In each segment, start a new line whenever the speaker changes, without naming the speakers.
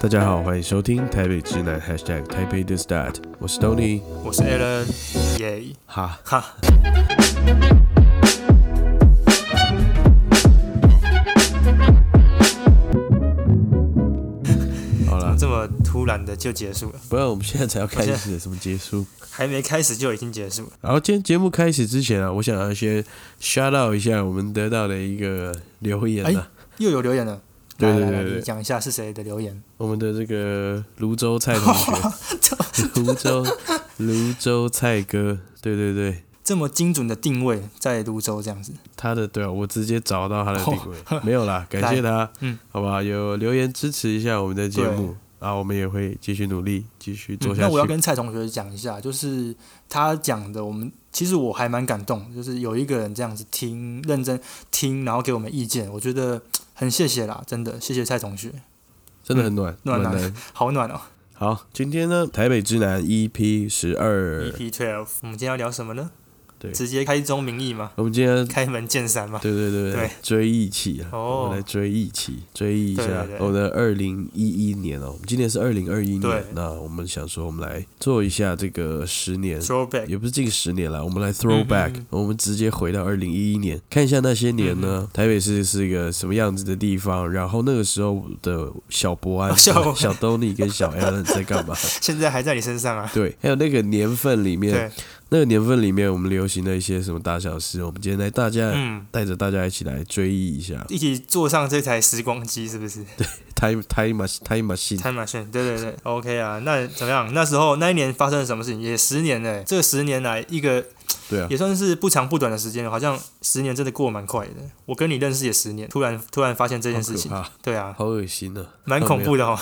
大家好，欢迎收听台北直男 #hashtag 台北 the start，我是 Tony。
我是 Alan，耶
哈，
哈，
好啦，
这么突然的就结束了，
不然我们现在才要开始，什么结束？
还没开始就已经结束了。
然后今天节目开始之前啊，我想要先 shout out 一下我们得到的一个留言啊，
又有留言了，
对
来
对
来
对
来，
对
你讲一下是谁的留言？
我们的这个泸州蔡同 学，泸州泸州蔡哥，对对对，
这么精准的定位在泸州这样子，
他的对啊，我直接找到他的定位，没有啦，感谢他，
哦嗯，
好吧，有留言支持一下我们的节目
对。
啊，我们也会继续努力，继续做
嗯
下去。
那我要跟蔡同学讲一下，就是他讲的，我们其实我还蛮感动，就是有一个人这样子听，认真听，然后给我们意见，我觉得很谢谢啦，真的谢谢蔡同学，
真的很暖，
暖
暖
男
男。
好暖哦。
好，今天呢，台北之南 EP 十二，
EP E twelve，我们今天要聊什么呢？
对
直接开宗明义吗？
我们今天
开门见山吗？
对对对
对
追忆起啊，
哦
我们来追忆起，追忆一下
对对对
我们的二零一一年哦，我们今年是二零二一年
对，
那我们想说，我们来做一下这个十年。
Throwback，
也不是近十年了，我们来 throwback，、
嗯
我们直接回到二零一一年，看一下那些年呢，台北市是一个什么样子的地方，然后那个时候的小博安、
哦小
小 Tony 跟小 Alan 在干嘛？
现在还在你身上 啊。
对，还有那个年份里面，
对，
那个年份里面，我们流行的一些什么大小事，我们今天来大家、
嗯，
带着大家一起来追忆一下
一起坐上这台时光机，是不是
time time machine time machine。
？Time machine，对对 对，OK 啊。那怎么样？那时候那一年发生了什么事情？也十年嘞、这十年来一个
对啊，
也算是不长不短的时间了，好像十年真的过得蛮快的。我跟你认识也十年，突然突然发现这件事情
好可，怕，
对啊，
好恶心啊！
蛮恐怖的哦。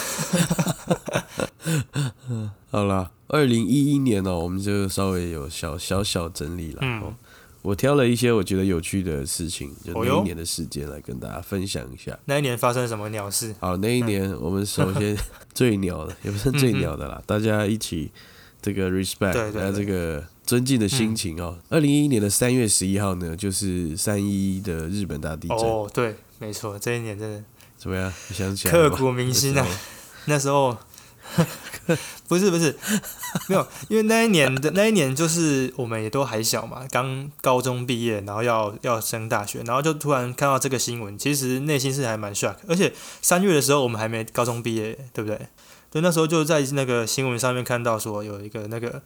好啦，二零一一年哦，我们就稍微有小小小整理了。
嗯
哦，我挑了一些我觉得有趣的事情，就
哦
那一
哟
年的时间来跟大家分享一下。
那一年发生了什么鸟事？
好，那一年我们首 先最鸟的，也不是最鸟的啦，大家一起这个 respect，
嗯对对
来这
对
个尊敬的心情哦。二零一一年的三月十一号呢，就是三一一的日本大地震，
哦，对，没错，这一年真的
怎么样？你想起来了
刻
吗
骨铭心啊。那时 候 不是不是没有，因为那一年的那一年就是我们也都还小嘛，刚高中毕业，然后要要升大学，然后就突然看到这个新闻，其实内心是还蛮 shock，而且三月的时候我们还没高中毕业，对不对？对，那时候就在那个新闻上面看到说有一个那个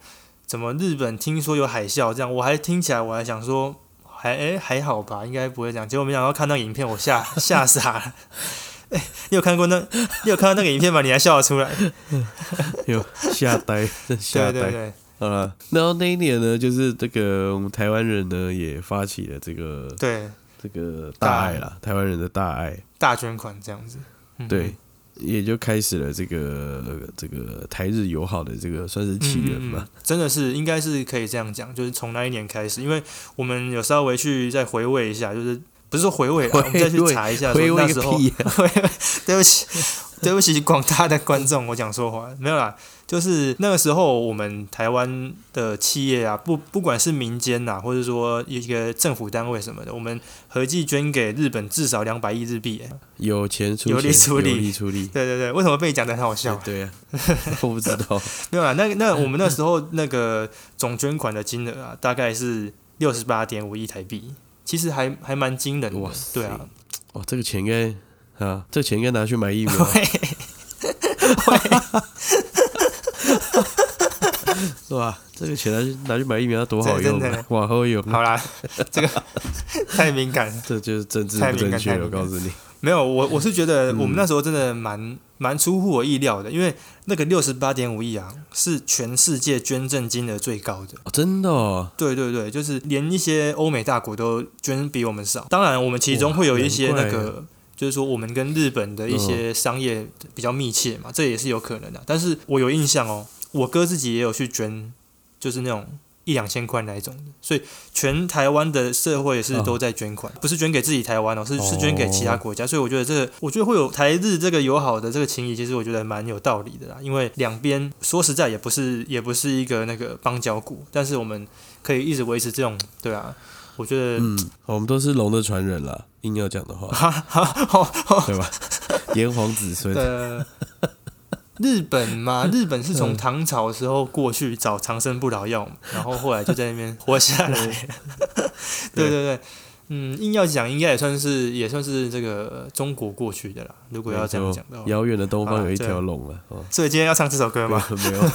怎么日本听说有海啸这样，我还听起来我还想说。还哎、还好吧，应该不会这样。结果没想到看到影片，我吓 吓傻了。哎、你有看过那？你有看到那个影片吗？你还笑得出来？
有吓 呆，真吓
对
呆
对。对，
好了，然后那一年呢，就是这个我们台湾人呢也发起了这个
对
这个大爱啦，台湾人的大爱，
大捐款这样子。嗯
对，，也就开始了这个这个台日友好的这个算是起源
嗯
吧。，
嗯真的是应该是可以这样讲，就是从那一年开始，因为我们有稍微去再回味一下，就是不是说回味
回
啦，
味
我们再去查一下
回
说
味
嗯那
个
时候
屁。
对不起，对不起，广大的观众，我讲错话没有啦。就是那个时候，我们台湾的企业啊，不不管是民间呐、或者说一个政府单位什么的，我们合计捐给日本至少两百亿日币耶。
有钱出
有
钱，
力出力
有力出力。
对对对，为什么被你讲的很好笑？
对 啊，我不知 道。
没有啦，那
嗯
那我们那时候那个总捐款的金额啊，大概是六十八点五亿台币，其实还还蛮惊人的
哇，塞
对啊，
哇，哦这个钱应该啊，这个钱应该拿去买疫苗。 哇，啊这个钱拿去拿去买疫苗，多好用
真的
啊
呢！
往后有，
好 啦，这个 太敏感了，
这就是政治
太
不
敏
正
感
确
太，
我
敏感
告诉你。
没有我我是觉得
嗯
我们那时候真的蛮蛮出乎我意料的，因为那个六十八点五亿啊，是全世界捐赠金额最高的。
哦，真的哦，
对对对，就是连一些欧美大国都捐比我们少。当然，我们其中会有一些
哇
那
难怪
个，就是说我们跟日本的一些商业比较密切嘛，这也是有可能的。但是我有印象哦，我哥自己也有去捐，就是那种一两千块那一种的。所以全台湾的社会是
哦
都在捐款，不是捐给自己台湾哦，是是捐给其他
哦
国家。所以我觉得这个，我觉得会有台日这个友好的这个情谊，其实我觉得蛮有道理的啦。因为两边说实在也不是也不是一个那个邦交国，但是我们。可以一直维持这种，对啊，我觉得，
嗯，我们都是龙的传人啦， 硬要讲的话，
哈哈，好，好，
对吧？炎黄子孙，
呃， 日本
嗯
嘛，日本是从唐朝的时候过去找长生不老药嘛，然后后来就在那边活下来。 对对对，嗯，硬要讲应该也算是也算是这个中国过去的啦。如果要这样讲的话，
遥远的东方有一
好
条
啦
龙啊，哦，
所以今天要唱这首歌吗？
没有，
然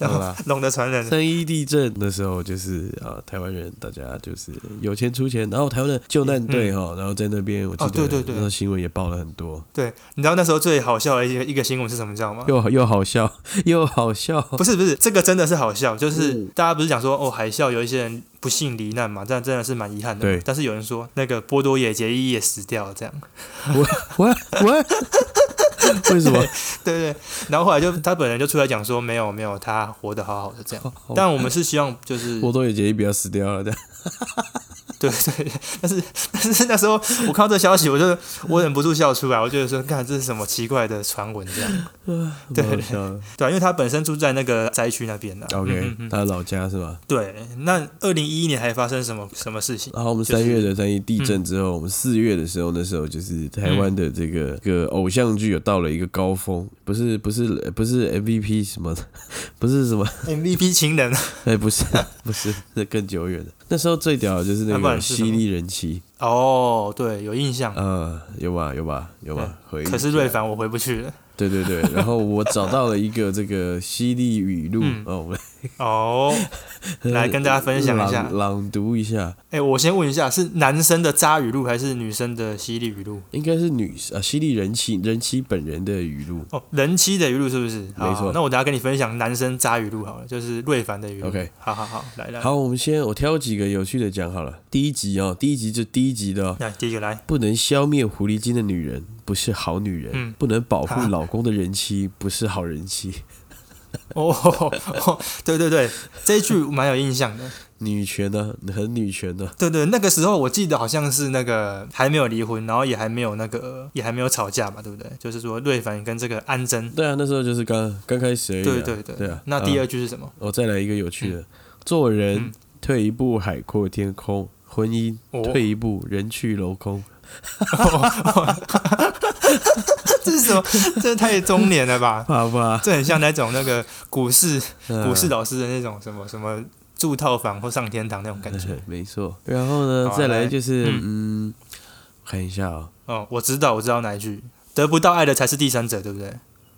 好
后
啦
龙的传人，
三一地震的时候，就是啊，台湾人大家就是有钱出钱，然后台湾的救难队哈、然后在那边，我记得、
嗯哦对对对
那时候新闻也报了很多，
对，你知道那时候最好笑的一个一个新闻是什么，你知道吗？
又又好笑 又好 笑，
不是不是，这个真的是好笑，就是
嗯
大家不是讲说哦，海啸有一些人不幸罹难嘛，这样真的是蛮遗憾的。
对
但是有人说那个波多野结衣也死掉了，这样。
我我 为什么？
对对，然后后来就他本人就出来讲说，没有没有，他活得好好的这样。
好
但我们是希望就是
波多野结衣不要死掉了的，
对对，但是但是那时候我看到这消息，我就我忍不住笑出来，我就觉得说，看这是什么奇怪的传闻这样，对
蛮好笑的。
对啊、因为他本身住在那个灾区那边的、啊。嗯
OK，
嗯嗯
他的老家是吧？
对。那二零一一年还发生什么什么事情？
然后我们
就是嗯
三月的三一地震之后，我们四月的时候，那时候就是台湾的这
嗯
个、这个偶像剧有到了一个高峰，不是不是不是 MVP 什么的， 不是什么。
MVP 情人
哎、不是，不是，那更久远的。那时候最屌的就是那
啊不
个
然是
犀
什么
利人妻，
哦，对，有印象。
呃，有吧，有吧，有吧，回忆一下。
嗯可是瑞凡我回不去了。
对对对，然后我找到了一个这个犀利语录，
嗯
哦，我们
哦，来跟大家分享一下
朗朗读一下，
哎，我先问一下，是男生的渣语录还是女生的犀利语录？
应该是女啊犀利人妻人妻本人的语录。
哦，人妻的语录是不是？好
没错
那我等下跟你分享男生渣语录好了，就是瑞凡的语录。
OK
好好好，来来，，
好，我们先我挑几个有趣的讲好了。第一集哦，第一集就第一集的、哦，
那第一个来，
不能消灭狐狸精的女人不是好女人，
嗯
不能保护老公的人妻不是好人妻。
哦， 对对对，这一句蛮有印象的。
女权呢、很女权呢、
对对，那个时候我记得好像是那个还没有离婚，然后也还没有那个也还没有吵架嘛，对不对？就是说瑞凡跟这个安贞。
对啊，那时候就是刚刚开始而已、啊。
对对对，
对啊。
那第
啊
二句是什么？
我再来一个有趣的，做人、
嗯
退一步海阔天空，婚姻、
哦
退一步人去楼空。
这是 什么？这太中年了吧？
爸爸，
这很像那种那个股市
嗯
股市老师的那种什么什么住套房或上天堂那种感觉。
没错。然后呢，
好啊
再
来
来就是嗯看一下哦，
哦，我知道，我知道哪一句，得不到爱的才是第三者，对不对？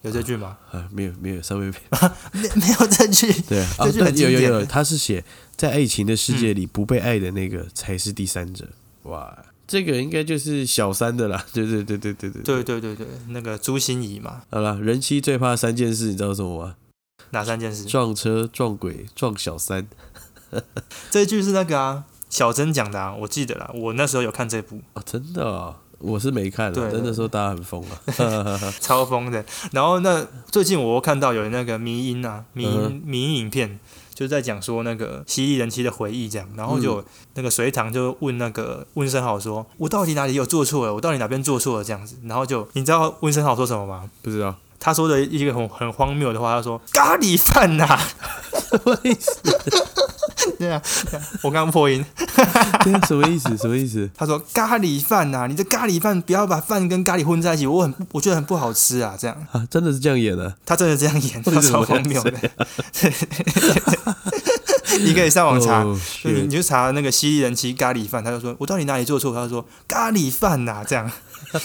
有这句吗？
啊，没有没有，稍微
没没有这句。
对啊，啊
这句很
对有有
经典嗯
有，他是写在爱情的世界里，不被爱的那个才是第三者。哇，这个应该就是小三的啦。对对对对对对。
对对对对，那个朱心怡嘛，
好了，人妻最怕三件事，你知道什么吗？
哪三件事？
撞车、撞鬼、撞小三。
这一句是那个啊，小珍讲的啊，我记得啦，我那时候有看这部，
哦，真的、哦，我是没看了
对，
但那时候大家很疯啊。
超疯的。然后那最近我又看到有那个迷音啊，迷音、
嗯
迷音影片，就是在讲说那个犀利人妻的回忆这样。然后就有那个隋唐就问那个温生豪说：“我到底哪里有做错了？我到底哪边做错了？”这样子。然后就你知道温生豪说什么吗？
不知道，
他说的一个很很荒谬的话，他说：“咖喱饭呐、
什么意思？
对啊，我刚刚破音。
对啊，什么意思？什么意思？
他说：“咖喱饭呐、你的咖喱饭不要把饭跟咖喱混在一起，我很我觉得很不好吃啊。”这样，
啊，真的是这样演的、
他真的这样演，
为
他
什么
超荒谬的。 你可以上网查，
Oh,
就你
shit
你就查那个犀利人妻咖喱饭，他就说我到底哪里做错？他就说咖喱饭呐、这样， 我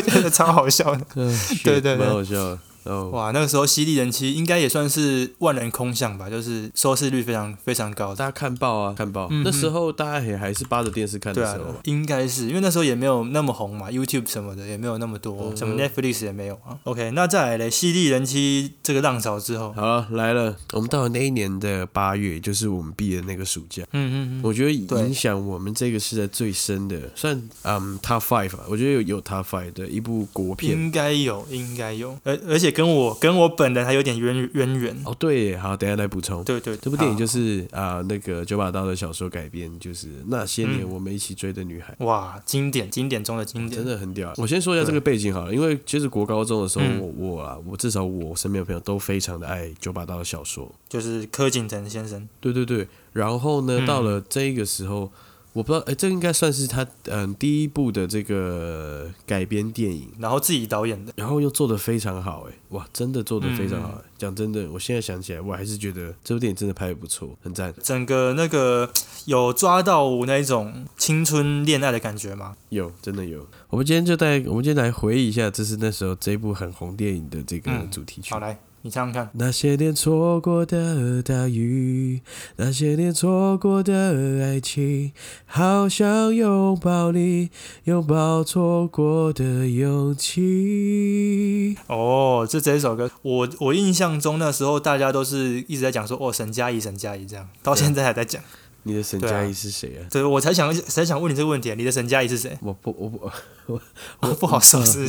觉得超好笑的。
呃 shit，
对对对
蛮好笑的。哦，
哇，那个时候犀利人妻应该也算是万人空巷吧，就是收视率非常非常高。
大家看报啊，看报。
嗯
那时候大家也还是扒着电视看
对
的
啊
时候嘛，，
应该是因为那时候也没有那么红嘛，YouTube 什么的也没有那么多，
嗯
什么 Netflix 也没有啊。OK，那再来嘞，犀利人妻这个浪潮之后，
好了，来了，我们到了那一年的八月，就是我们毕业的那个暑假。
嗯嗯嗯，
我觉得
对
影响我们这个世代最深的，算嗯 top five 吧，我觉得有有 top five 的一部国片。
应该有，应该有，而而且跟我跟我本人还有点渊渊源。
哦，对耶，好，等一下来补充。
对对，
这部电影就是是啊、那个九把刀的小说改编，就是那些年
嗯
我们一起追的女孩。
哇，经典经典中的经典
真。的很屌！我先说一下这个背景好了，因为其实国高中的时候，
嗯
我我啊，我至少我身边的朋友都非常的爱九把刀的小说，
就是柯景腾先生。
对对对。然后呢，
嗯
到了这个时候，我不知道，哎，这应该算是他嗯第一部的这个改编电影，
然后自己导演的，
然后又做的非常好，哎，哇，真的做的非常好。
嗯
哎讲真的，我现在想起来，我还是觉得这部电影真的拍的不错，很赞。
整个那个有抓到那一种青春恋爱的感觉吗？
有，真的有。我们今天就带，我们今天来回忆一下，这是那时候这部很红电影的这个
嗯
主题曲。
好，来你唱唱看。
那些年错过的大雨，那些年错过的爱情，好想拥抱你，拥抱错过的勇气。
哦，这这一首歌，我我印象中那时候大家都是一直在讲说，哦，沈佳宜，沈佳宜这样，到
啊
现在还在讲。
你的沈佳宜是谁啊？
对，我才想才想问你这个问题，你的沈佳宜是谁？
我不，我不，
我 不好说，是不
嗯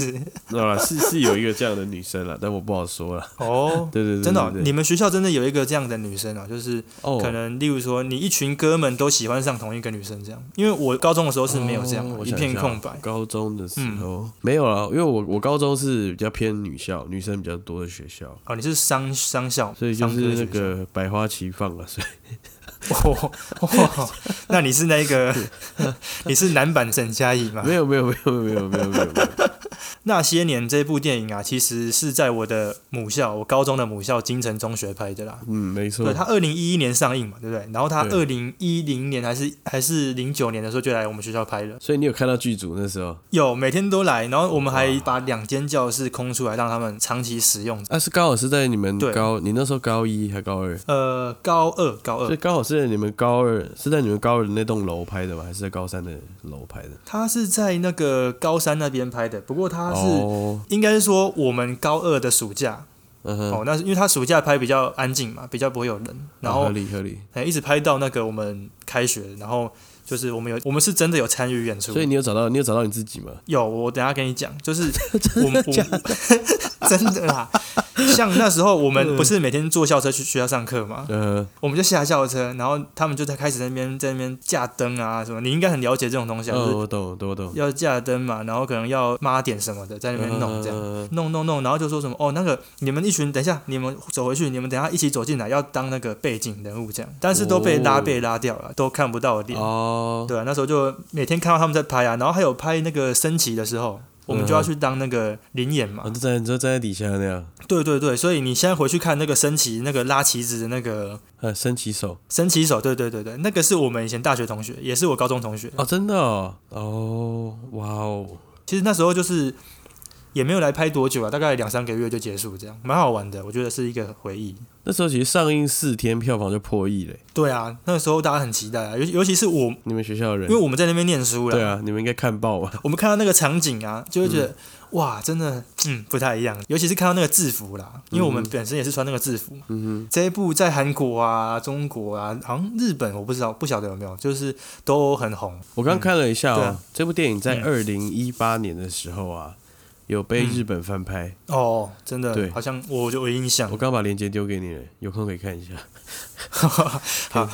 是？
好了，是是有一个这样的女生了，但我不好说了。
哦，
对对对
真的哦、
对对
你们学校真的有一个这样的女生啊，就是
哦，
可能例如说，你一群哥们都喜欢上同一个女生这样。因为我高中的时候是没有这样的，
哦我
一
想
片
下
空白。
高中的时候、没有了，因为我我高中是比较偏女校，女生比较多的学校，
哦，你是商商校，
所以就
商科
是
的
那
学校
个百花齐放了。所以
哦哦，那你是那个 你是男版沈佳宜吗？
没有没有没有没有没有没有没有，
那些年这部电影啊，其实是在我的母校，我高中的母校金城中学拍的啦。
嗯，没错
对，，它二零一一年上映嘛，对不对？然后它
对
二零一零年还是还是零九年的时候就来我们学校拍了，
所以你有看到剧组那时候
有每天都来，然后我们还
哇
把两间教室空出来让他们长期使用。
啊？是刚好是在你们
对
高，你那时候高一还高二？
呃，高二高
所以
二，
刚好是在你们高二，是在你们高二的那栋楼拍的吗？还是在高三的楼拍的？
它是在那个高三那边拍的，不过它是、
哦，
应该是说我们高二的暑假、
嗯哼，
哦，那是因为它暑假拍比较安静嘛，比较不会有人，然后
哦合理合理。
哎，一直拍到那个我们开学，然后就是我们有，我们是真的有参与演出。
所以你有找到，你有找到你自己吗？
有，我等一下跟你讲，就是 我们我 真的啦，像那时候我们不是每天坐校车去学校上课嘛，
嗯
我们就下校车，然后他们就在开始在那边在那边架灯啊什么，你应该很了解这种东西
哼，
啊，
哦，
就是
我懂，我懂，我懂。
要架灯嘛，然后可能要抹点什么的，在那边弄这样。
嗯
弄弄弄，然后就说什么哦，那个你们一群，等一下，你们走回去，你们等一下一起走进来，要当那个背景人物这样，但是都被拉
哦
被拉掉了，都看不到我脸。
哦，
对啊，那时候就每天看到他们在拍啊，然后还有拍那个升旗的时候，我们就要去当那个领演嘛。
啊，就在你就站在底下那样，
对对对，所以你现在回去看那个升旗，那个拉旗子的那个
啊，伸起手
升旗手，对对对对，那个是我们以前大学同学，也是我高中同学。
哦，真的哦，哦，哇哦，
其实那时候就是也没有来拍多久啊，大概两三个月就结束，这样蛮好玩的，我觉得是一个回忆。
那时候其实上映四天，票房就破亿嘞，
对啊，那个时候大家很期待啊，尤其尤其是我，
你们学校的
因为
人，
我们在那边念书了，
对啊，嗯你们应该看爆吧？
我们看到那个场景啊，就会觉得、哇，真的，嗯，不太一样。尤其是看到那个制服啦，因为我们本身也是穿那个制服。
嗯
这一部在韩国啊、中国啊，好像日本我不知道，不晓得有没有，就是都很红。
哼，我刚看了一下
对
哦
啊，
这部电影在
嗯
二零一八年的时候啊，有被
嗯
日本翻拍，
哦，真
对
的，好像我就有印象
我。刚把链接丢给你了，有空可以看一下。
好，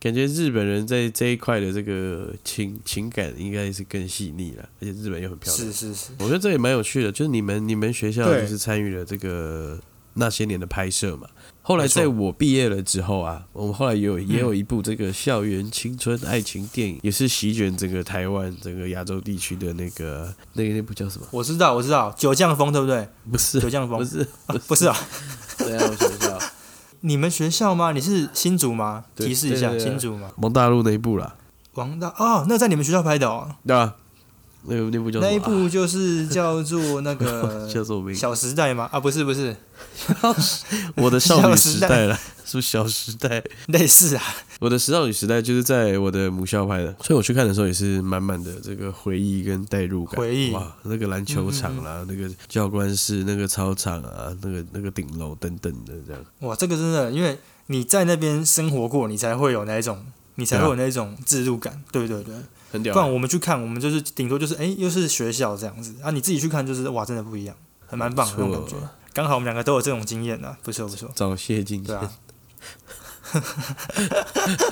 感觉日本人在这一块的这个情情感应该是更细腻了，而且日本又很漂亮
是。是是，
我觉得这也蛮有趣的，就是你们你们学校
对
就是参与了这个那些年的拍摄嘛。后来
没错
在我毕业了之后啊，我们后来也有也有一部这个校园青春爱情电影，也是席卷整个台湾、整个亚洲地区的那个那个那部叫什么？
我知道，我知道，九降风对不对？
不是
九降
不
风
是，
啊 不是啊，
对啊，我想一下，
你们学校吗？你是新竹吗？
对
提示一下，
对对对
新竹吗？
蒙大陆那一部啦，
王大哦，那在你们学校拍的哦，
对啊，那个那部叫什么
那一
啊
部就是叫 做那个
叫做名
《
字
小时代》吗？啊，不是不是，
我的少女
小
时
时
代 了，是不是小时代？
类似啊，
我的少女时代就是在我的母校拍的，所以我去看的时候也是满满的这个回忆跟代入感。
回忆嗯
哇，那个篮球场啦，那个教官室、那个操场啊，那个那个顶楼等等的这样。
哇，这个真的，因为你在那边生活过，你才会有那一种，你才会
啊
有那种自入感，对对对。
很屌
不然我们去看，我们就是顶多就是哎、又是学校这样子啊，你自己去看就是哇，真的不一样，很蛮棒的那种感觉
没错。
刚好我们两个都有这种经验啊，不错不错。
找谢晋
对
生，
啊，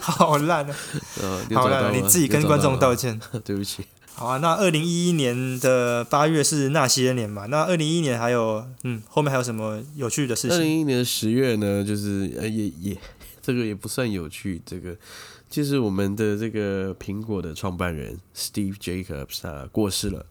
好烂啊！
呃，有
好
找到
烂，啊
吗
你自己跟
有找
观
到
众
吗
道歉。
对不起。
好啊，那二零一一年的八月是那些年嘛？那二零一一年还有，嗯，后面还有什么有趣的事
二
情？
哎零一年十月呢，就是呃也也这个也不算有趣，这个其实我们的这个苹果的创办人 Steve Jobs 他过世了。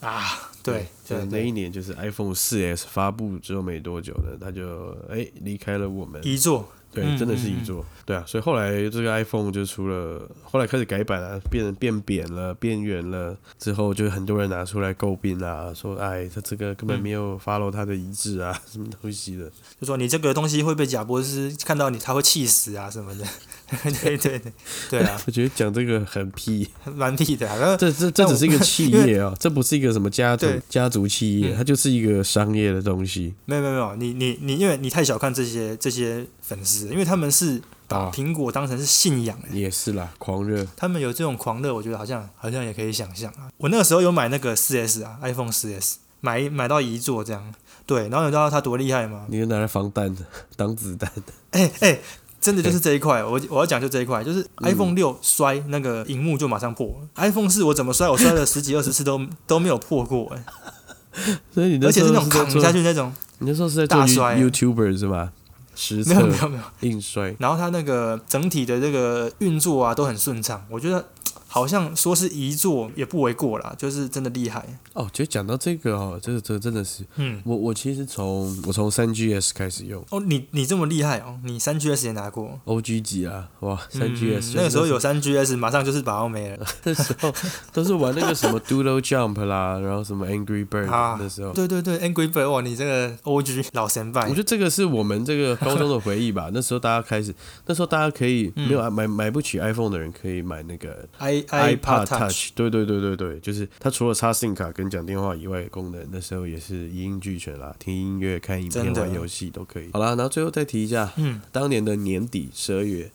啊，对
就是
对
那
对，
一年就是 iPhone 4S 发布之后没多久呢，他就哎离开了我们。
遗作，
对，
嗯
真的是
嗯
一
嗯
座。对啊，所以后来这个 iPhone 就出了，后来开始改版了、变变扁了，变圆了，之后就很多人拿出来诟病啊，说哎，他这个根本没有 follow 他的遗志啊， 什么东西的。
就说你这个东西会被贾博士看到你，他会气死啊什么的。 对对对对啊，
我觉得讲这个很屁，
蛮屁的、啊。然后
这这这
但
只
我
是一个企业啊、 这不是一个什么家族
对
家族企业，
嗯
它就是一个商业的东西。
没有没有没有，你你你，因为你太小看这些这些粉丝，因为他们是把
啊
苹果当成是信仰、欸
也是啦，狂热
他们有这种狂热，我觉得好像好像也可以想象啊。我那个时候有买那个4 S 啊，iPhone 4 S，买买到一座这样。对，然后你知道它多厉害吗？
你就拿来防弹的，当子弹的。
哎哎，真的就是这一块，我我要讲就这一块，就是
嗯
iPhone 六摔那个荧幕就马上破了，iPhone 四我怎么摔，我摔了十几二十次都 都没有破过、哎，
所以你那
而且
时
是
候
那种
在
扛
做
下，去那种，
你那时候是在做
大摔
You- YouTuber 是吧？实
没有没
测
有没有。
硬摔，
然后它那个整体的这个运作啊都很顺畅，我觉得好像说是遗作也不为过啦，就是真的厉害。
哦，就讲到这个哦，这个这个真的是
嗯，
我我其实从我从三 GS 开始用
哦，你你这么厉害哦，你三 GS 也拿过。
，OG 级啊，哇，
嗯
三 GS、
那个时候有三 GS，马上就是把奥没了。
那时候都是玩那个什么 Doodle Jump 啦，然后什么 Angry Bird
啊
那时候。
对对对，Angry Bird，哇，你这个 OG 老神
我
拜
觉，得这个是我们这个高中的回忆吧。那时候大家开始，那时候大家可以
嗯
没有啊买买不起 iPhone 的人可以买那个
i
iPod
iPod Touch，
对对对对对，就是它除了插 SIM 卡跟讲电话以外的功能，那时候也是一应俱全啦，听音乐、看影片、
真的
玩游戏都可以。好啦，然后最后再提一下，
嗯，
当年的年底十二月，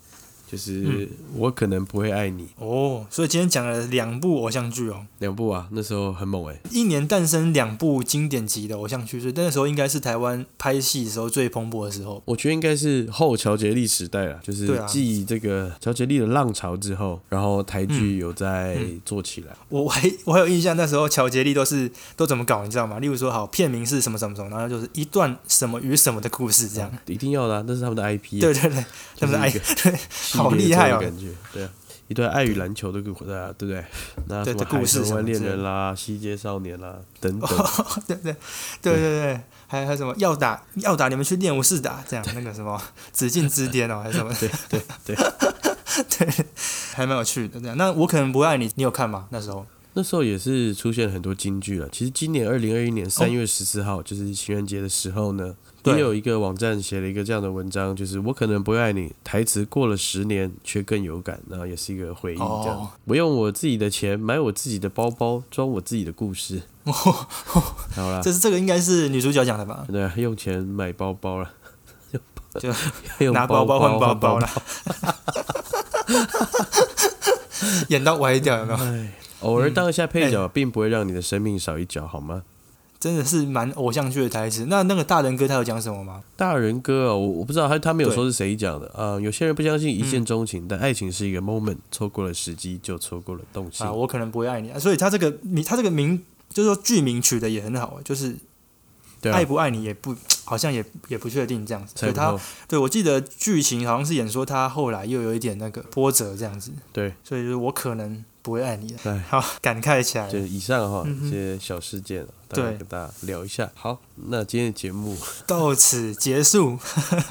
就是我可能不会爱你
哦，所以今天讲了两部偶像剧哦，
两部啊，那时候很猛哎、
一年诞生两部经典级的偶像剧，所以那时候应该是台湾拍戏的时候最蓬勃的时候。
我觉得应该是后乔杰利时代啦，就是
对啊
继这个乔杰利的浪潮之后，然后台
嗯
剧有在做起来。
我我还 我还有印象，那时候乔杰利都是都怎么搞，你知道吗？例如说，好片名是什么什么什么，然后就是一段什么与什么的故事这样。
一定要的、啊，那是他们的 IP，、啊
对、 对对，他们的
就
I 好厉害哦
感觉对啊，一段爱与篮球的故事啊，对不对？那什
对
么
的哦故事
海豚
什么
湾恋
之类
人啦、西街少年啦等等，
对对对对对，还有还有什么要打要打，你们去练武士打这样，那个什么 紫禁之巅哦，还是什么？
对对对。
对，还蛮有趣的这样。那我可能不爱你，你有看吗？那 时候
那时候也是出现很多金句了。其实今年二零二一年三月十四号，就是情人节的时候呢，
哦对
也有一个网站写了一个这样的文章，就是“我可能不会爱你”，台词过了十年却更有感，然后也是一个回忆这样。
哦
我用我自己的钱买我自己的包包，装我自己的故事。好啦，
这是这个应该是女主角讲的吧？
对啊，用钱买包包了。
就
用
拿
包
包
换
换
包
包包啦。 演到歪掉有没有？
哎，偶尔当一下配
嗯
角，并不会让你的生命少一角，好吗？
真的是蛮偶像剧的台词。那那个大人哥他有讲什么吗？
大人哥、哦，我我不知道他他没有说是谁讲的啊、呃有些人不相信一见钟情，但爱情是一个 moment，错过了时机就错过了动心。
啊，我可能不会爱你、啊。所以他这个你他这个名就是说剧名取的也很好，就是
对啊
爱，不爱你也不好像也也不确定这样子。
猜
所以
不
他
透。
对我记得剧情好像是演说他后来又有一点那个波折这样子，
对，
所以就是我可能不会爱你了。
哎，
好，感慨起来
就
了。
以上哈、
嗯哼
一些小事件，大概
对
跟大家聊一下。好，那今天的节目
到此结束。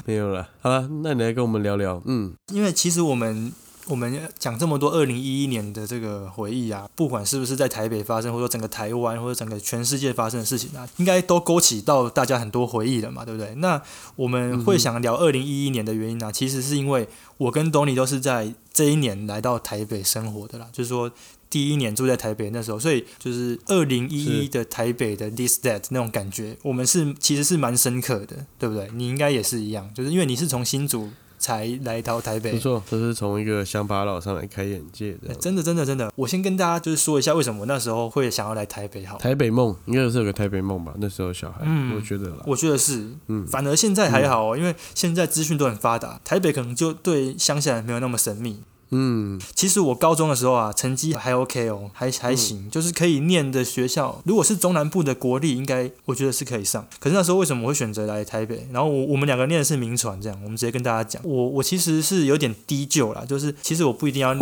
没有了，好了，那你来跟我们聊聊，嗯，
因为其实我们我们讲这么多二零一一年的这个回忆啊，不管是不是在台北发生，或者说整个台湾，或者整个全世界发生的事情啊，应该都勾起到大家很多回忆了嘛，对不对？那我们会想聊二零一一年的原因呢、其实是因为我跟 Tony 都是在这一年来到台北生活的啦，就是说。第一年住在台北那时候，所以就是二零一
是
一的台北的 this that 那种感觉，我们是其实是蛮深刻的，对不对？你应该也是一样，就是因为你是从新竹才来到台北
不，错，都是从一个乡巴佬上来开眼界
欸
的。
真的，真的，真的，我先跟大家就是说一下，为什么我那时候会想要来台北好。
台北梦应该是有个台北梦吧？那时候小孩，
嗯
我觉得啦，
我觉得是，
嗯，
反而现在还好哦，因为现在资讯都很发达，台北可能就对乡下人没有那么神秘。
嗯，
其实我高中的时候啊，成绩还 OK 哦，还还
嗯
行，就是可以念的学校。如果是中南部的国立，应该我觉得是可以上。可是那时候为什么会选择来台北？然后我我们两个念的是名传，这样我们直接跟大家讲，我我其实是有点低就啦，就是其实我不一 定要，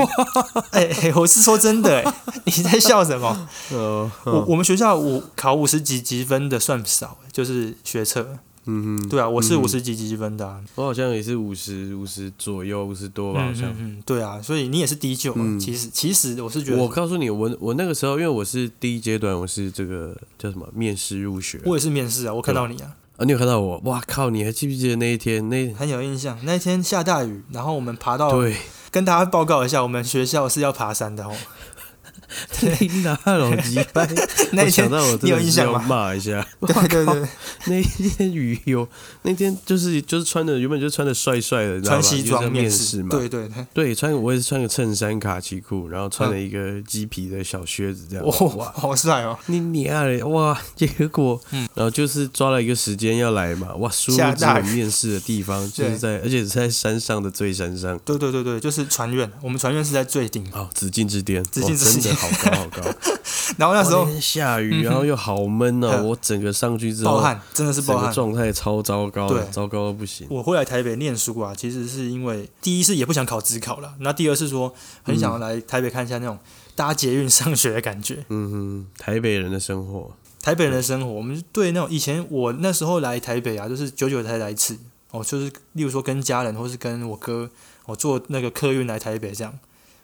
哎、哎，我是说真的、哎，你在笑什么？
呃，
我我们学校我考五十几积分的算少，就是学测。
嗯哼，
对啊，我是五十几积分的、啊。
我好像也是五十五十左右，五十多吧，好
嗯
像。
嗯嗯，对啊，所以你也是低就、
嗯
其实其实我是觉得
我告诉你，我我那个时候，因为我是第一阶段，我是这个叫什么面试入学
我也是面试啊，我看到你啊，
啊，你有看到我？哇靠！你还记不记得那一天？那
很有印象。那天下大雨，然后我们爬到，
对，
跟大家报告一下，我们学校是要爬山 的哦。
你哪有鸡 掰？
那一
我
天
想到我
你
真
有
的
印
是
象
要
吗？
骂一下。
对对对，
那一天雨有，那天就是就是穿的原本就穿的帅帅的，你知道吧
穿西
就是
装
要面
试
嘛。
对对对，
对，穿我也是穿个衬衫、卡其裤，然后穿了一个鸡皮的小靴子这样。
嗯哇，好帅哦！
你娘嘞！哇，结果，
嗯
然后就是抓了一个时间要来嘛，哇，殊
下
不知
大
我
雨
面试的地方就是
对
在，而且是在山上的最山上，
对对对对，就是船院，我们船院是在最顶。
哦，紫禁之巅，
紫禁之
哦、真的
巅
好高好高。
然后 那时
哇
候
天下雨，然后又好闷哦，
嗯
我整个上去之后，
暴汗，真的是
整
暴
个
汗。
状态超糟糕的，
对
糟糕到不行。
我会来台北念书啊，其实是因为第一是也不想考职考了，那第二是说很想要来台北看一下那种搭捷运上学的感觉。
嗯哼，台北人的生活，
台北人的生活，我们对那种以前我那时候来台北啊，就是久久才来一次哦，就是例如说跟家人或是跟我哥，我、哦、坐那个客运来台北这样。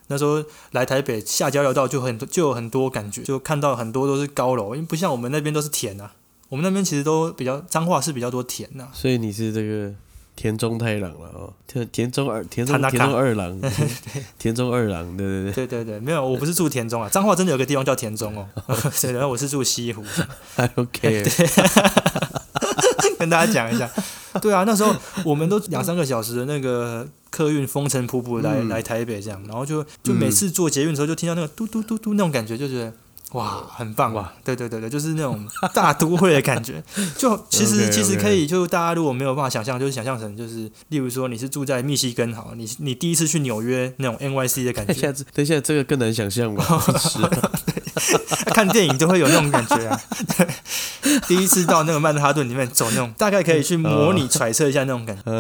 那时候来台北下交流道就很多就有很多感觉，就看到很多都是高楼，因为不像我们那边都是田啊，我们那边其实都比较彰化是比较多田啊呐、
所以你是这个田中太郎了哦，田田中二田中
田中
田中二郎， 田中二郎，对对对，
对对对，没有，我不是住田中啊，彰化真的有个地方叫田中哦， 对，然后我是住西湖。
还 OK，
跟大家讲一下。对啊，那时候我们都两三个小时的那个客运风尘仆仆来、
嗯
来台北这样，然后就就每次坐捷运的时候就听到那个嘟嘟嘟嘟那种感觉，就觉得。哇，很棒哇！对对对对，就是那种大都会的 感觉。就其实
OK，OK
其实可以，就大家如果没有办法想象，就是想象成就是，例如说你是住在密西根好，你你第一次去纽约那种 NYC 的感
等一
觉，
下，等一下，这个更难想象吧？ 是
看电影就会有那种感觉啊。 第一次到那个曼哈顿里面走那种，大概可以去模拟揣测一下那种感觉。
嗯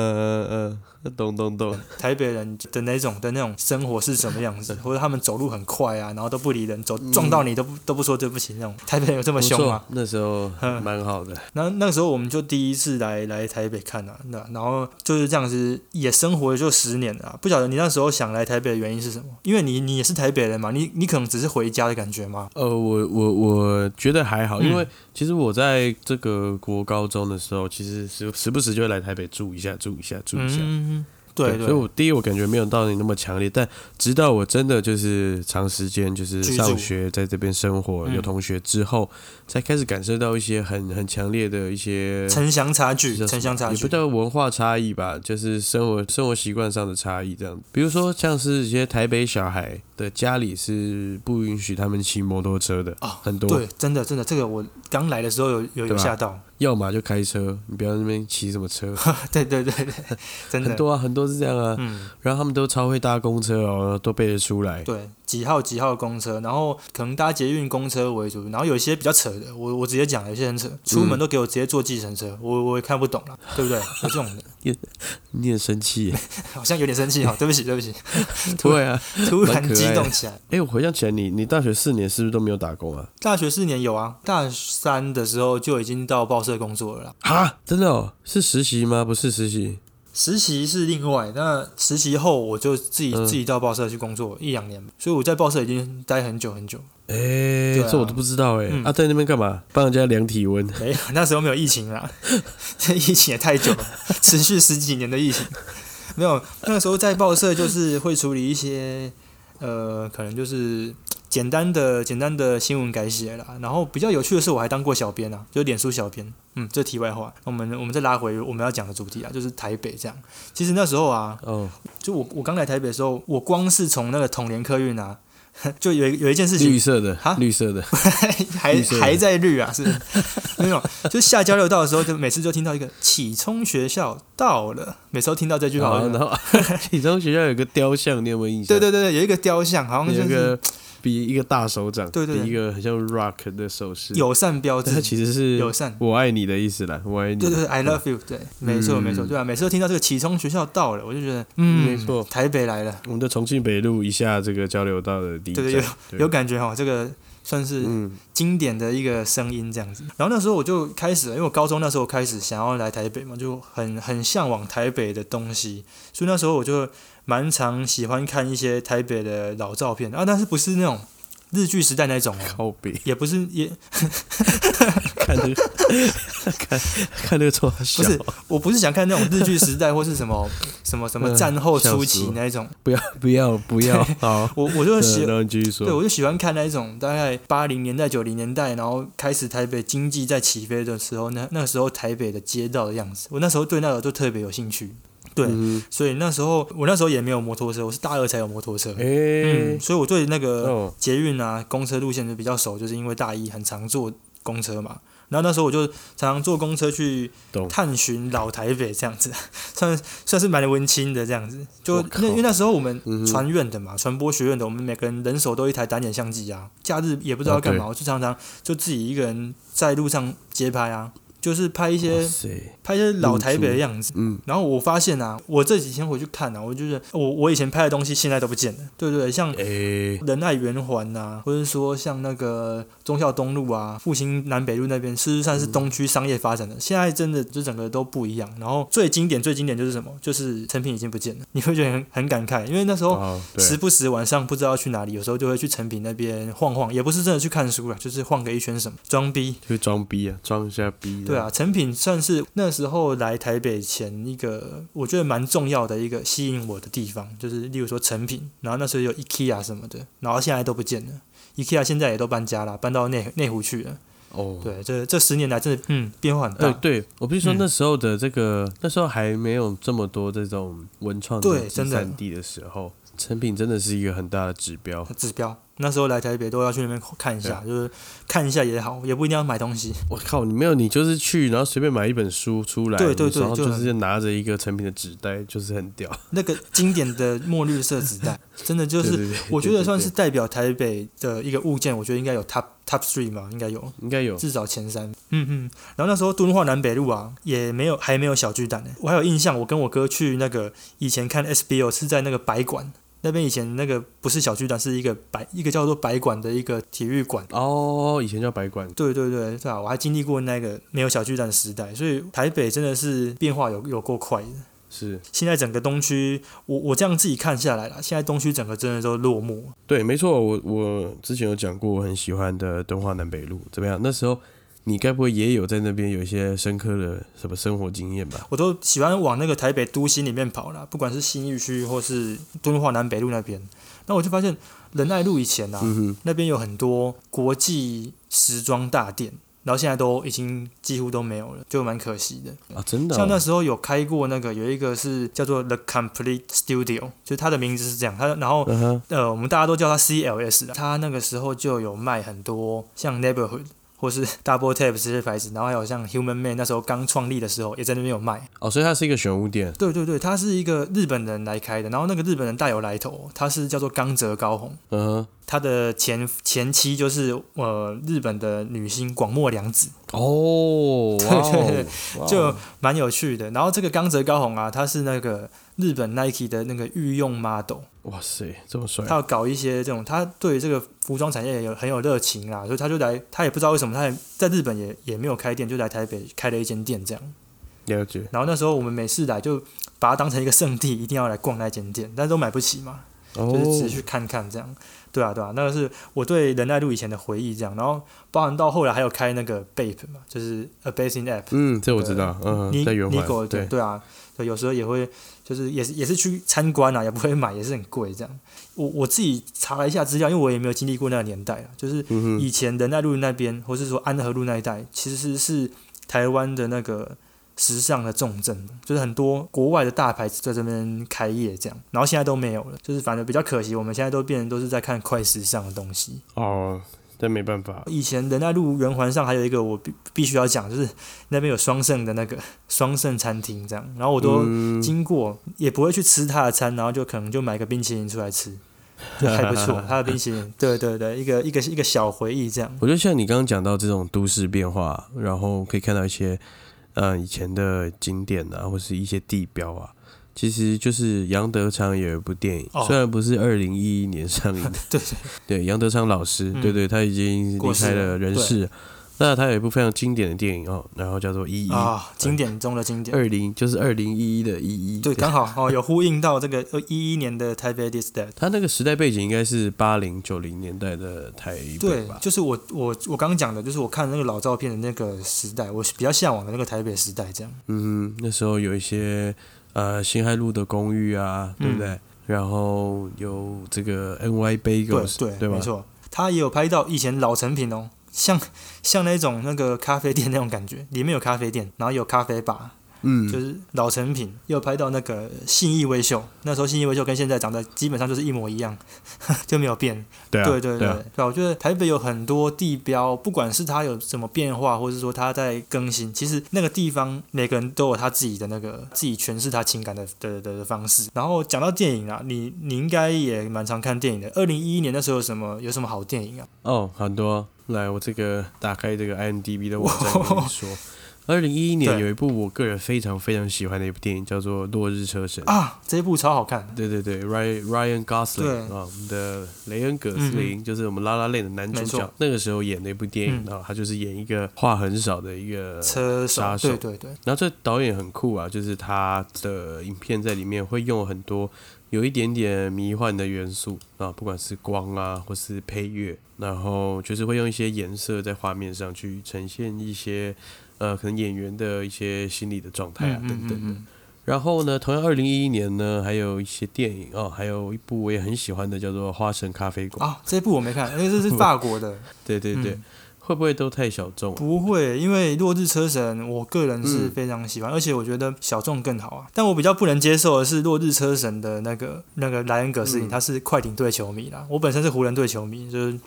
嗯嗯，懂懂懂，
台北人的那种的那种生活是什么样
嗯
子，或者他们走路很快啊，然后都不理人，走撞到你都不都不说对不起那种。台北人有这么
不
凶啊嗯
错？，
吗
那时候蛮好的，
然后那个时候我们就第一次来来台北看啊，那然后就是这样子，也生活了就十年了啊、不晓得你那时候想来台北的原因是什么？因为你你也是台北人嘛，你你可能只是回家的感觉嘛。
呃，我我我觉得还好，
嗯
因为其实我在这个国高中的时候，其实时时不时就会来台北住一下，住一下，住一下。
嗯，对
啊所以我第一我感觉没有到你那么强烈，但直到我真的就是长时间就是
居住
上学，在这边生活，
嗯
有同学之后，才开始感受到一些很很强烈的一些，
城乡差距，
是
城乡差
也
距
不。叫文化差异吧，就是生活生活习惯上的差异这样。比如说像是一些台北小孩的家里是不允许他们骑摩托车的，
哦
很多
对，真的真的，这个我刚来的时候有有
对
有
吧
吓到，
要么就开车，你不要在那边骑什么车，
对对对对，真
很
的，
多啊，很多是这样 啊。
嗯。
然后他们都超会搭公车哦，都背得出来。
对，几号几号公车，然后可能搭捷运、公车为主，然后有一些比较扯的，我我直接讲，有些很扯，出
嗯
门都给我直接坐计程车，我我也看不懂了，对不对？有这种的，
你很生气 耶，
好像有点生气哦哈，对不起，对不起，
对啊。
突
蛮
然
可爱
激
的
动起来。
哎、我回想起来你，你大学四年是不是都没有打工啊？
大学四年有啊，大三的时候就已经到报社工作了啦。
哈，真的哦，是实习吗？不是实习，
实习是另外，那实习后我就自己、
嗯
自己到报社去工作一两年，所以我在报社已经待很久很久。
哎、
对啊
这我都不知道哎、
嗯
啊，在那边干嘛？帮人家量体温，
没有， 那时候没有疫情 啦，这疫情也太久了， 持续十几年的疫情。没有，那个时候在报社就是会处理一些，呃，可能就是简单的简单的新闻改写啦。然后比较有趣的是，我还当过小编啊，就是脸书小编。嗯，这题外话，我们我们再拉回我们要讲的主题啊，就是台北这样。其实那时候啊，
哦，
就我我刚来台北的时候，我光是从那个统联客运啊， 就有一有一件事情
绿色的
哈，
绿色的，
还
绿色的
还在绿啊，是那种就下交流道的时候，就每次就听到一个启聪学校到了，每次都听到这句话。
好，
我就
啊然 后启聪学校有个雕像，你有没有印象？
对对对对，有一个雕像，好像就
有
是
个比一个大手掌，
对对对
比一个很像 rock 的手势，
友善标
但它
志，
其实是
友善。
我爱你的意思啦，我爱你，
对对对，I love you，对，没错没错，对啊，每次都听到这个启聪学校到了，我就觉得，嗯，
嗯没错
台北来了，
我们的重庆北路一下这个交流道的第一
对对
站，对
有感觉哈，这个算是
嗯，
经典的一个声音这样子。然后那时候我就开始了，因为我高中那时候开始想要来台北嘛，就很很向往台北的东西，所以那时候我就蛮常喜欢看一些台北的老照片啊，但是不是那种日剧时代那种哦。
靠北，
也不是，也
看 这个，看看这个 错小
不，是，我不是想看那种日剧时代或是什么什么什么
嗯
战后初
笑死
期
我
那一种，
不要 不要不要，好，
我我就
对
喜
然后你继续
对，
说，
我就喜欢看那一种大概八零年代、九零年代，然后开始台北经济在起飞的时候，那那时候台北的街道的样子，我那时候对那个就特别有兴趣。对，
嗯，
所以那时候我那时候也没有摩托车，我是大二才有摩托车。
哎
嗯，，所以我对那个
哦，
捷运啊、公车路线就比较熟，就是因为大一很常坐公车嘛。然后那时候我就常常坐公车去
懂
探寻老台北，这样子， 算算是蛮文青的这样子。就
我靠
那因为那时候我们
嗯哼
传院的嘛，传播学院的，我们每个人人手都一台单眼相机啊，假日也不知道干嘛，我就常常就自己一个人在路上街拍啊，就是拍一
哇
些
塞，
拍一些老台北的样子。
嗯，
然后我发现啊，我这几天回去看啊，我就是我我以前拍的东西现在都不见了，对不对？像
哎，
仁爱圆环呐、或者说像那个忠孝东路啊、复兴南北路那边，事实上是东区商业发展的。现在真的就整个都不一样。然后最经典、最经典就是什么？就是成品已经不见了，你会觉得很很感慨，因为那时候
哦，
时
对，
不时晚上不知道去哪里，有时候就会去成品那边晃晃，也不是真的去看书了，就是晃个一圈什么装逼。
就装逼啊，装一下逼，
对，啊，成品算是那时候来台北前一个我觉得蛮重要的一个吸引我的地方，就是例如说成品，然后那时候有 IKEA 什么的，然后现在都不见了。IKEA 现在也都搬家了，搬到内内湖去了。
哦，
对，这这十年来真的嗯变化很
呃，
大。
对我必须说
嗯
那时候的这个、那时候还没有这么多这种文创
对真的
产地的时候，成品真的是一个很大的指标。
指标那时候来台北都要去那边看一下，就是看一下也好，也不一定要买东西。
我靠，你没有你就是去，然后随便买一本书出来，
对对对
然后
就
就
很
是拿着一个成品的纸袋，就是很屌。
那个经典的墨绿色纸 袋，真的就
对
是
对对
我觉得算是
对对
代表台北的一个物件，我觉得应该有 top top three 嘛，应该有。
对应该有
至少前三。嗯嗯，然后那时候敦化南北路啊，也没有还没有小巨蛋呢、欸我还有印象，我跟我哥去那个以前看 SBO 是在那个白馆那边，以前那个不是小巨蛋，是一个白一个叫做白馆的一个体育馆。
哦，以前叫白馆，
对对对，对啊，我还经历过那个没有小巨蛋的时代，所以台北真的是变化有有够快的。
是
现在整个东区，我我这样自己看下来了，现在东区整个真的都落寞。
对，没错，我我之前有讲过我很喜欢的敦化南北路，怎么样？那时候你该不会也有在那边有一些深刻的什么生活经验吧？
我都喜欢往那个台北都心里面跑啦，不管是新义区或是敦化南北路那边。那我就发现仁爱路以前啊，
嗯哼，
那边有很多国际时装大店，然后现在都已经几乎都没有了，就蛮可惜的。
啊，真的哦、
像那时候有开过那个有一个是叫做 The Complete Studio，就是它的名字是这样，它然后
嗯哼，
呃，我们大家都叫它 CLS，啦它那个时候就有卖很多像 Neighborhood 或是 Double Tap 这些牌子，然后还有像 Human Man 那时候刚创立的时候也在那边有卖。
哦，所以它是一个玄武店，
对对对，他是一个日本人来开的，然后那个日本人大有来头，他是叫做冈泽高弘，
嗯
他的前前妻就是呃日本的女星广末凉子，
哼，哦，哇
对对
哦，哇哦
就蛮有趣的。然后这个冈泽高弘啊，他是那个日本 Nike 的那个御用 model，
哇塞，这么帅
他，要搞一些这种，他对这个服装产业也有很有热情啦，所以他就来，他也不知道为什么，他也在日本也也没有开店，就来台北开了一间店这样。
了解，
然后那时候我们每次来就把它当成一个圣地，一定要来逛那间店，但是都买不起嘛。
哦
就是，只是去看看这样。对啊，对啊，那个是我对仁爱路以前的回忆这样，然后包含到后来还有开那个 Bape 嘛，就是 A Basing App，
嗯，这我知道，嗯，
尼
在圆
尼狗
环，
对
对，
对啊，对，有时候也会就是也是也是去参观啊，也不会买，也是很贵这样。我我自己查了一下资料，因为我也没有经历过那个年代啊，就是
嗯哼，
以前仁爱路那边，或是说安和路那一带，其实是台湾的那个时尚的重镇，就是很多国外的大牌子在这边开业这样，然后现在都没有了，就是反正比较可惜，我们现在都变成都是在看快时尚的东西。
哦，但没办法，
以前仁爱路圆环上还有一个我必必须要讲，就是那边有双盛的那个 双盛餐厅这样，然后我都
嗯
经过、也不会去吃他的餐，然后就可能就买个冰淇淋出来吃，就还 不错。他的冰淇淋，对对对，一个一个一个小回忆这样。
我觉得像你刚刚讲到这种都市变化，然后可以看到一些呃以前的景点啊，或是一些地标啊，其实就是杨德昌也有一部电影，
哦
虽然不是二零一一年上 映的，
对
对，杨德昌老师，
嗯
对对，他已经离
过世
开
了
了人
对
世。那他有一部非常经典的电影哦，然后叫做《一一》，
啊，经典中的经典。
二零就是二零一一的一一，
对，刚好哦，有呼应到这个一一年的台北 This That。
他那个时代背景应该是八零九零年代的台北
对
吧，？
就是我我我刚刚讲的，就是我看那个老照片的那个时代，我比较向往的那个台北时代这样。
嗯，那时候有一些呃新海路的公寓啊，
嗯
对不对？然后有这个 N Y
对
Bagels，
对，
对吧
没？错，他也有拍到以前老成品哦，像像那种那个咖啡店那种感觉，里面有咖啡店，然后有咖啡吧，就
嗯，
是老成品，又拍到那个信义威秀，那时候信义威秀跟现在长得基本上就是一模一样， 就没有变。
对啊，
对对
对
对
啊，
对啊我觉得台北有很多地标，不管是它有什么变化，或是说它在更新，其实那个地方每个人都有他自己的那个自己诠释他情感的的的的方式。然后讲到电影啊，你你应该也蛮常看电影的。二零一一年那时候有什么有什么好电影啊？
哦，很多。来，我这个打开这个 IMDB 的网站跟你 说，二零一一年
对
有一部我个人非常非常喜欢的一部电影，叫做《落日车神》。
啊，这一部超好看。
对对对，Ryan Ryan
对嗯
Gosling 啊，我们的雷恩·葛斯林、就是我们拉拉链的男主
没
角
错，
那个时候演那部电影
嗯
啊、他就是演一个话很少的一个
车手
呃杀，手
对对对，
然后这导演很酷啊，就是他的影片在里面会用很多有一点点迷幻的元素啊，不管是光啊，或是配乐，然后就是会用一些颜色在画面上去呈现一些呃，可能演员的一些心理的状态啊，
嗯
等等的。
嗯嗯
然后呢，同样二零一一年呢，还有一些电影哦，还有一部我也很喜欢的，叫做《花神咖啡
嗯
馆》。
啊，这一部我没看，因为这是法国的，
对对对，
嗯
会不会都太小众了？
不会，因为《落日车神》我个人是
嗯
非常喜欢，而且我觉得小众更好啊。但我比较不能接受的是《落日车神》的那个那个莱恩·葛斯林，
嗯
他是快艇队球迷啦。我本身是湖人队球迷，就是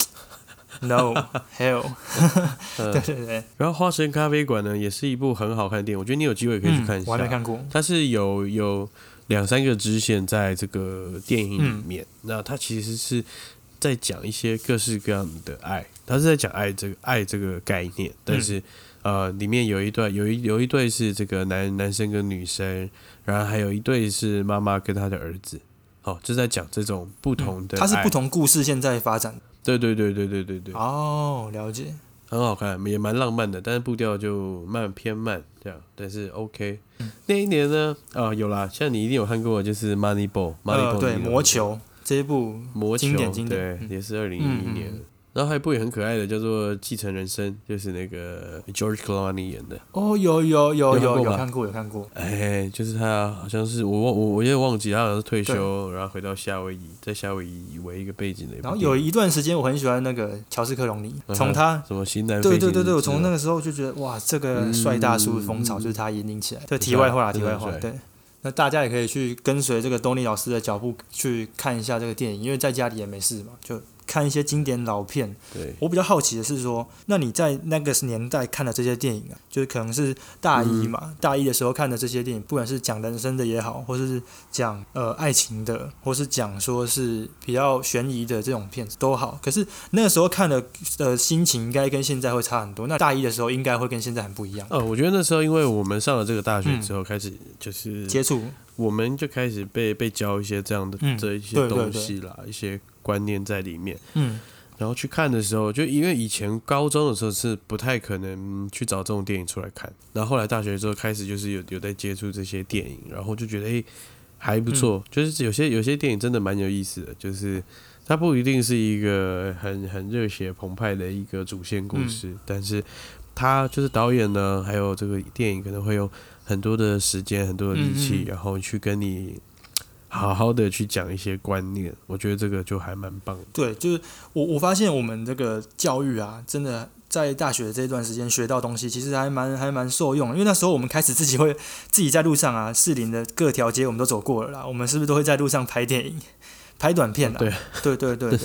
no hell，
嗯
对对对，
然后《花神咖啡馆》呢，也是一部很好看的电影，我觉得你有机会可以去看一
嗯
下。
我还没看过。
它是有有两三个支线在这个电影里面，
嗯
那它其实是在讲一些各式各样的爱，它是在讲爱这个爱这个概念，
嗯
但是、呃，里面有一段有一有一对是这个男男生跟女生，然后还有一对是妈妈跟他的儿子，哦，就在讲这种不同的爱、
嗯它是不同故事线在发展
对对对对对对对，
哦，了解。
很好看，也蛮浪漫的，但是步调就慢偏慢这样，但是 OK。那
嗯
一年呢，啊、有啦，像你一定有看过，就是《Moneyball》，《Moneyball》
呃，对，魔，球这一部
魔球，
经典经典
对，
嗯
也是二零一一年的。
嗯嗯
然后还有一部也很可爱的，叫做《继承人生》，就是那个 George Clooney 演的，
哦，有有有
有看过
有有
吧
看过有看过，
哎，就是他好像是我忘我我有点忘记，他好像是退休，然后回到夏威夷，在夏威夷为一个背景的一部
然后
电影。
有一段时间我很喜欢那个乔斯克隆尼，
嗯哼
从他
什么新南非
对
行之
对
类的？
对对，我从那个时候就觉得哇，这个帅大叔的风潮
嗯啊
就是他引领起来。这
很
题外
帅
话啦，
真
题
的
外
很
话，
帅
对。那大家也可以去跟随这个东尼老师的脚步去看一下这个电影，因为在家里也没事嘛，就看一些经典老片。
对，
我比较好奇的是说，那你在那个年代看的这些电影啊，就是可能是大一嘛，大一的时候看的这些电影，不管是讲人生的也好，或是讲呃爱情的，或是讲说是比较悬疑的这种片子都好。可是那个时候看的呃心情应该跟现在会差很多。那大一的时候应该会跟现在很不一样，
呃，我觉得那时候因为我们上了这个大学之
嗯
后，开始就是
接触
我们就开始被被教一些这样的、
嗯
这一些
对对
东西啦，一些观念在里面。
嗯
然后去看的时候，就因为以前高中的时候是不太可能去找这种电影出来看，然后后来大学之后开始就是有有在接触这些电影，然后就觉得诶还不错，
嗯
就是有些有些电影真的蛮有意思的，就是它不一定是一个很很热血澎湃的一个主线故事，
嗯
但是它就是导演呢，还有这个电影可能会有很多的时间、很多的力气，
嗯嗯嗯
然后去跟你好好的去讲一些观念，我觉得这个就还蛮棒的。
对，就是我我发现我们这个教育啊，真的在大学这段时间学到东西，其实还蛮还蛮受用的。因为那时候我们开始自己会自己在路上啊，士林的各条街我们都走过了啦。我们是不是都会在路上拍电影、拍短片啊？
对
对对对对，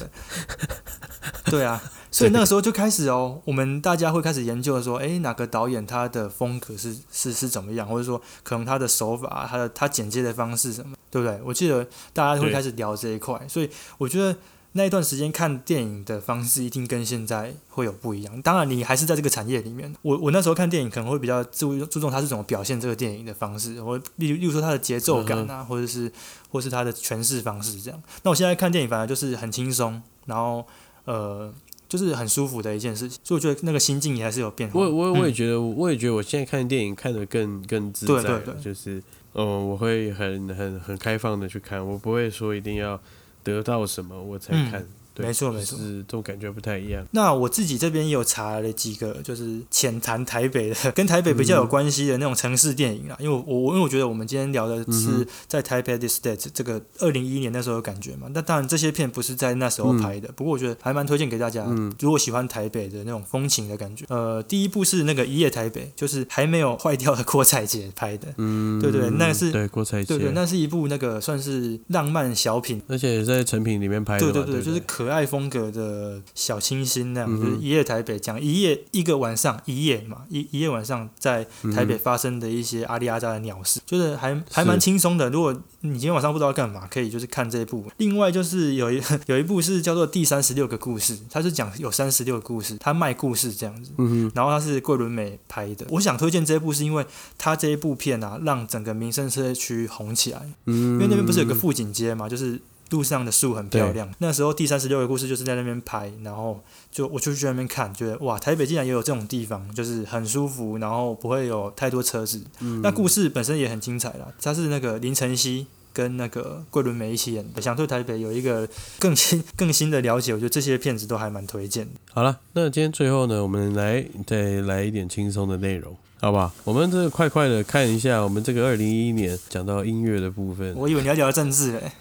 对啊。所以那个时候就开始哦，我们大家会开始研究说，诶，哪个导演他的风格是是是怎么样，或者说可能他的手法、他的他剪接的方式什么，对不对？我记得大家会
对
开始聊这一块，所以我觉得那一段时间看电影的方式一定跟现在会有不一样。当然，你还是在这个产业里面。我我那时候看电影可能会比较注注重它是怎么表现这个电影的方式，我例如例如说它的节奏感啊，或者是或是它的诠释方式这样。那我现在看电影反而就是很轻松，然后呃。就是很舒服的一件事情，所以我觉得那个心境也还是有变化。
我我我也
嗯
觉得，我也觉得我现在看电影看得更更自在
对
了，
对对
就是嗯，呃我会很很很开放的去看，我不会说一定要得到什么我才
嗯
看，对，
没错
就
没错
是这种感觉不太一样。
那我自己这边也有查了几个，就是浅谈台北的，跟台北比较
嗯
有关系的那种城市电影啊。因为我我因为我觉得我们今天聊
嗯
的是在台北 t h State 这个二零一一年那时候的感觉嘛。那当然这些片不是在那时候拍的，不过我觉得还蛮推荐给大家。
嗯
如果喜欢台北的那种风情的感觉，呃，第一部是那个《一夜台北》，就是还没有坏掉的 郭采洁拍的。
嗯，
对对那是
对郭采洁，
对对，那是一部那个算是浪漫小品
而且也在成品里面拍的
对
嘛，
对
对
对，
不
就是可爱风格的小清新那样，就是
嗯哼
一夜台北讲一夜一个晚上一夜嘛，一一夜晚上在台北发生的一些阿里阿扎的鸟事，就是还还蛮轻松的。如果你今天晚上不知道干嘛，可以就是看这一部。另外就是有一 有一部是叫做《第三十六个故事》，它是讲有三十六个故事，它卖故事这样子。
嗯哼，
然后它是桂纶镁拍的，我想推荐这一部是因为它这一部片啊，让整个民生社区红起来。
嗯，
因为那边不是有个富锦街嘛，就是路上的树很漂亮。那时候第三十六个故事就是在那边拍，然后就我就去那边看，觉得哇，台北竟然也有这种地方，就是很舒服，然后不会有太多车子。那故事本身也很精彩啦，它是那个林晨曦。跟那个桂纶镁一起演的，想对台北有一个更新 更新的了解，我觉得这些片子都还蛮推荐的。
好了，那今天最后呢，我们来再来一点轻松的内容，好吧？我们这个快快的看一下，我们这个二零一一年讲到音乐的部分
我以为你要聊政治嘞、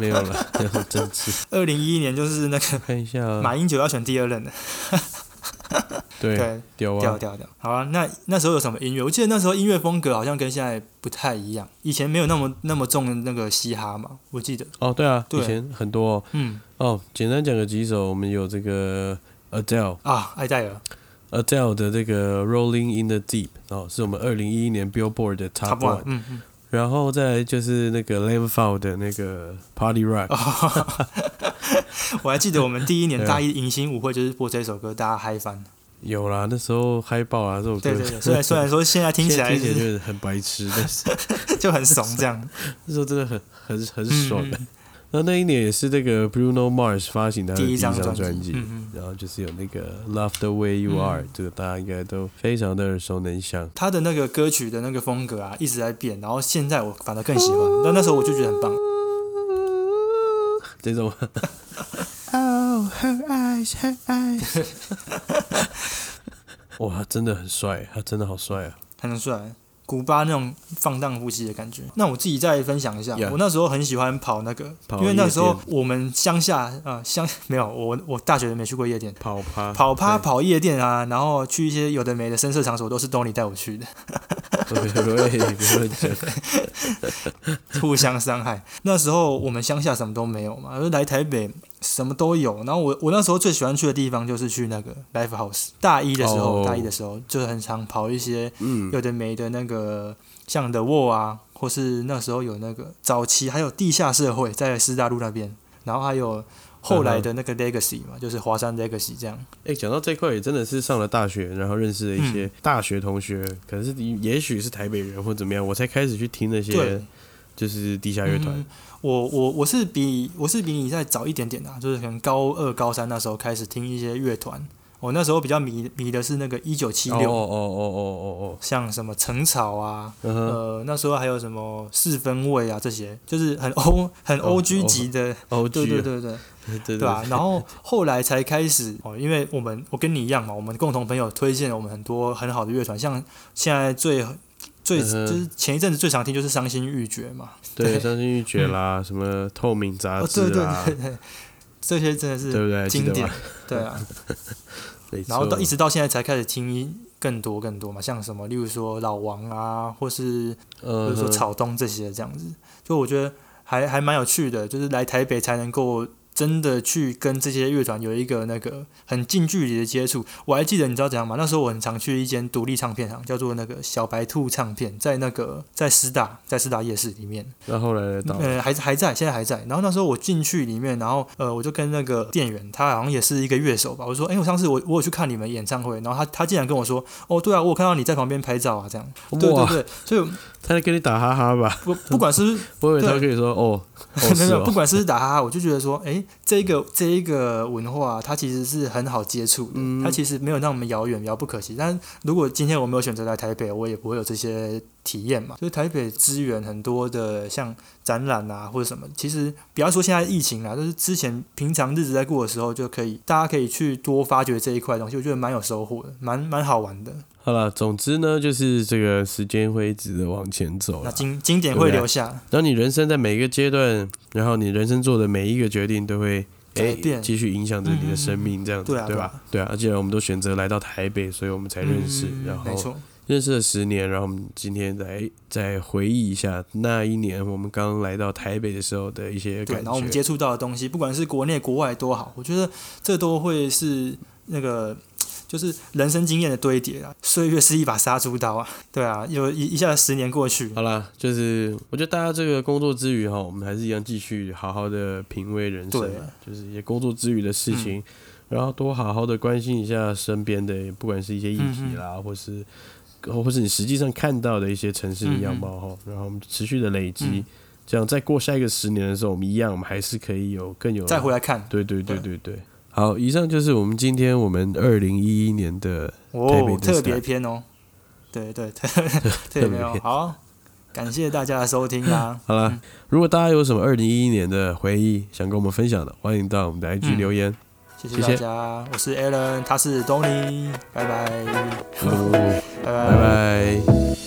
没有了， 真是
二零一一年就是那个
看一下啊，
马英九要选第二任的，
对，
对，
屌
掉
啊，
掉掉。好啊，那那时候有什么音乐？我记得那时候音乐风格好像跟现在不太一样，以前没有那么那么重的那个嘻哈嘛，我记得。
哦，对啊，
对
以前很多哦，
嗯
哦简单讲个几首，我们有这个呃 Adele。
啊，艾戴尔
Adele 的这个《Rolling in the Deep》哦，是我们二零一一年 Billboard 的
Top
Top
One，
One，
嗯嗯，
然后再来就是那个 l e v f o u 的那个 Party Rock，
哦我还记得我们第一 年
对啊
大一迎新舞会就是播这首歌，大家嗨翻。
有啦，那时候嗨爆啊，这首歌。
对对对，虽然 虽然说现在听起来
现在听
就
起
是
来就很白痴，但是
就很怂 这样。
那时候真的很很很
嗯
爽的。
嗯
那那一年也是这个 Bruno Mars 发行他的
第
第
一
一
张
张
专
专辑，
嗯嗯。
然后就是有那个 Love the Way You Are，、
嗯
这个大家应该都非常的耳熟能详。
他的那个歌曲的那个风格啊，一直在变，然后现在我反而更喜欢。但那时候我就觉得很棒。
这种 ，Oh her eyes, her eyes，哇，他真的很帅，他真的好帅啊！
很帅，古巴那种放荡不羁的感觉。那我自己再分享一下
Yeah
我那时候很喜欢跑那个，
跑
因为那时
夜
候
店
我们乡下啊、呃乡没有我我大学没去过夜店。
跑趴，
跑趴
对，
跑夜店啊，然后去一些有的没的深色场所，都是 Tony 带我去的，
对对对，别乱讲。
互相伤害。那时候我们乡下什么都没有嘛，而来台北什么都有。然后我我那时候最喜欢去的地方就是去那个 l i f e House。大一的时候
哦
大一的时候就很常跑一些
嗯，
有的没的那个像 The Wall 啊，或是那时候有那个早期还有地下社会在师大路那边，然后还有后来的那个 Legacy 嘛，就是华山 Legacy 这样。
哎，讲到这块，也真的是上了大学，然后认识了一
嗯
些大学同学，可能是也许是台北人或怎么样，我才开始去听那些
对，
就是地下乐团。
嗯，我我我是比我是比你再早一点点啊，就是可能高二高三那时候开始听一些乐团，我那时候比较迷迷的是那个一九七
哦哦
六，
哦哦哦哦
像什么城草啊，
嗯哼，
呃那时候还有什么四分位啊这些，就是很欧很
哦
O G 级的，
哦，
呃对
G
对
啊
对对。
对对
对啊，然后后来才开始哦，因为我们我跟你一样嘛，我们共同朋友推荐了我们很多很好的乐团，像现在最最
嗯
就
哼
是前一阵子最常听就是《伤心欲绝》嘛，
对
对嗯
伤心欲绝啦，什么透明杂
哦
志
对对
啦，
对对这些真的是
啊对不对？记
经
得
典
吗？，
对 啊。
没
然后到
错
一直到现在才开始听更多更多嘛，像什么，例如说老王啊，或是比
呃
如说草东这些这样子，就我觉得还还蛮有趣的，就是来台北才能够真的去跟这些乐团有一个那个很近距离的接触。我还记得你知道怎样吗？那时候我很常去一间独立唱片行，叫做那个小白兔唱片，在那个在师大在师大夜市里面，
那后来呢到
呃，还还在，现在还在。然后那时候我进去里面，然后呃，我就跟那个店员，他好像也是一个乐手吧，我就说，哎、我上次我我有去看你们演唱会，然后他他竟然跟我说，哦，对啊，我有看到你在旁边拍照啊，这样，对对
哇，
对，所以
他在跟你打哈哈吧？
不不管是不是
我以为他
对
跟你说 哦，哦
没
是
有，不
哦，
管是不是打哈哈，我就觉得说，哎、这个这一个文化，它其实是很好接触的，
嗯
它其实没有那么遥远、遥不可及。但如果今天我没有选择来台北，我也不会有这些体验嘛。就是台北资源很多的，像展览啊或者什么，其实不要说现在疫情啦，就是之前平常日子在过的时候，就可以大家可以去多发掘这一块东西，我觉得蛮有收获的，蛮蛮好玩的。
好了，总之呢，就是这个时间会一直的往前走
那
啦。
经经典
哦对啊
会
不对
留下，
然后你人生在每一个阶段，然后你人生做的每一个决定都会。哎
改，变
继续影响着你的生命，这样子、
对啊
对
对
吧
啊？
对啊，既然我们都选择来到台北，所以我们才认识，
嗯
然后
没错，
认识了十年，然后我们今天来再回忆一下那一年我们刚来到台北的时候的一些
对，
感
然
觉。
后我们接触到的东西，不管是国内国外都好，我觉得这都会是那个就是人生经验的堆叠啊。岁月是一把杀猪刀啊，对啊，有一一下十年过去，
嗯好啦，就是我觉得大家这个工作之余哈，我们还是一样继续好好的品味人生
对嗯
啊，就是一些工作之余的事情，然后多好好的关心一下身边的，不管是一些议
嗯
题啦，或是或是你实际上看到的一些城市的样貌哈，然后我们持续的累积，
嗯
这样再过下一个十年的时候，我们一样，我们还是可以有更有
再回来啊看，
对对对对对。好，以上就是我们今天我们二零一一年的台北
哦，
的
特
style
别篇哦，对对， 特特别篇
特别
哦
篇，。
好，感谢大家的收听啦
好了，如果大家有什么二零一一年的回忆想跟我们分享的，欢迎到我们的 IG
嗯
留言。
谢
谢
谢
谢
大家，我是 Alan，他是 Tony，拜拜，
哦
拜
拜拜。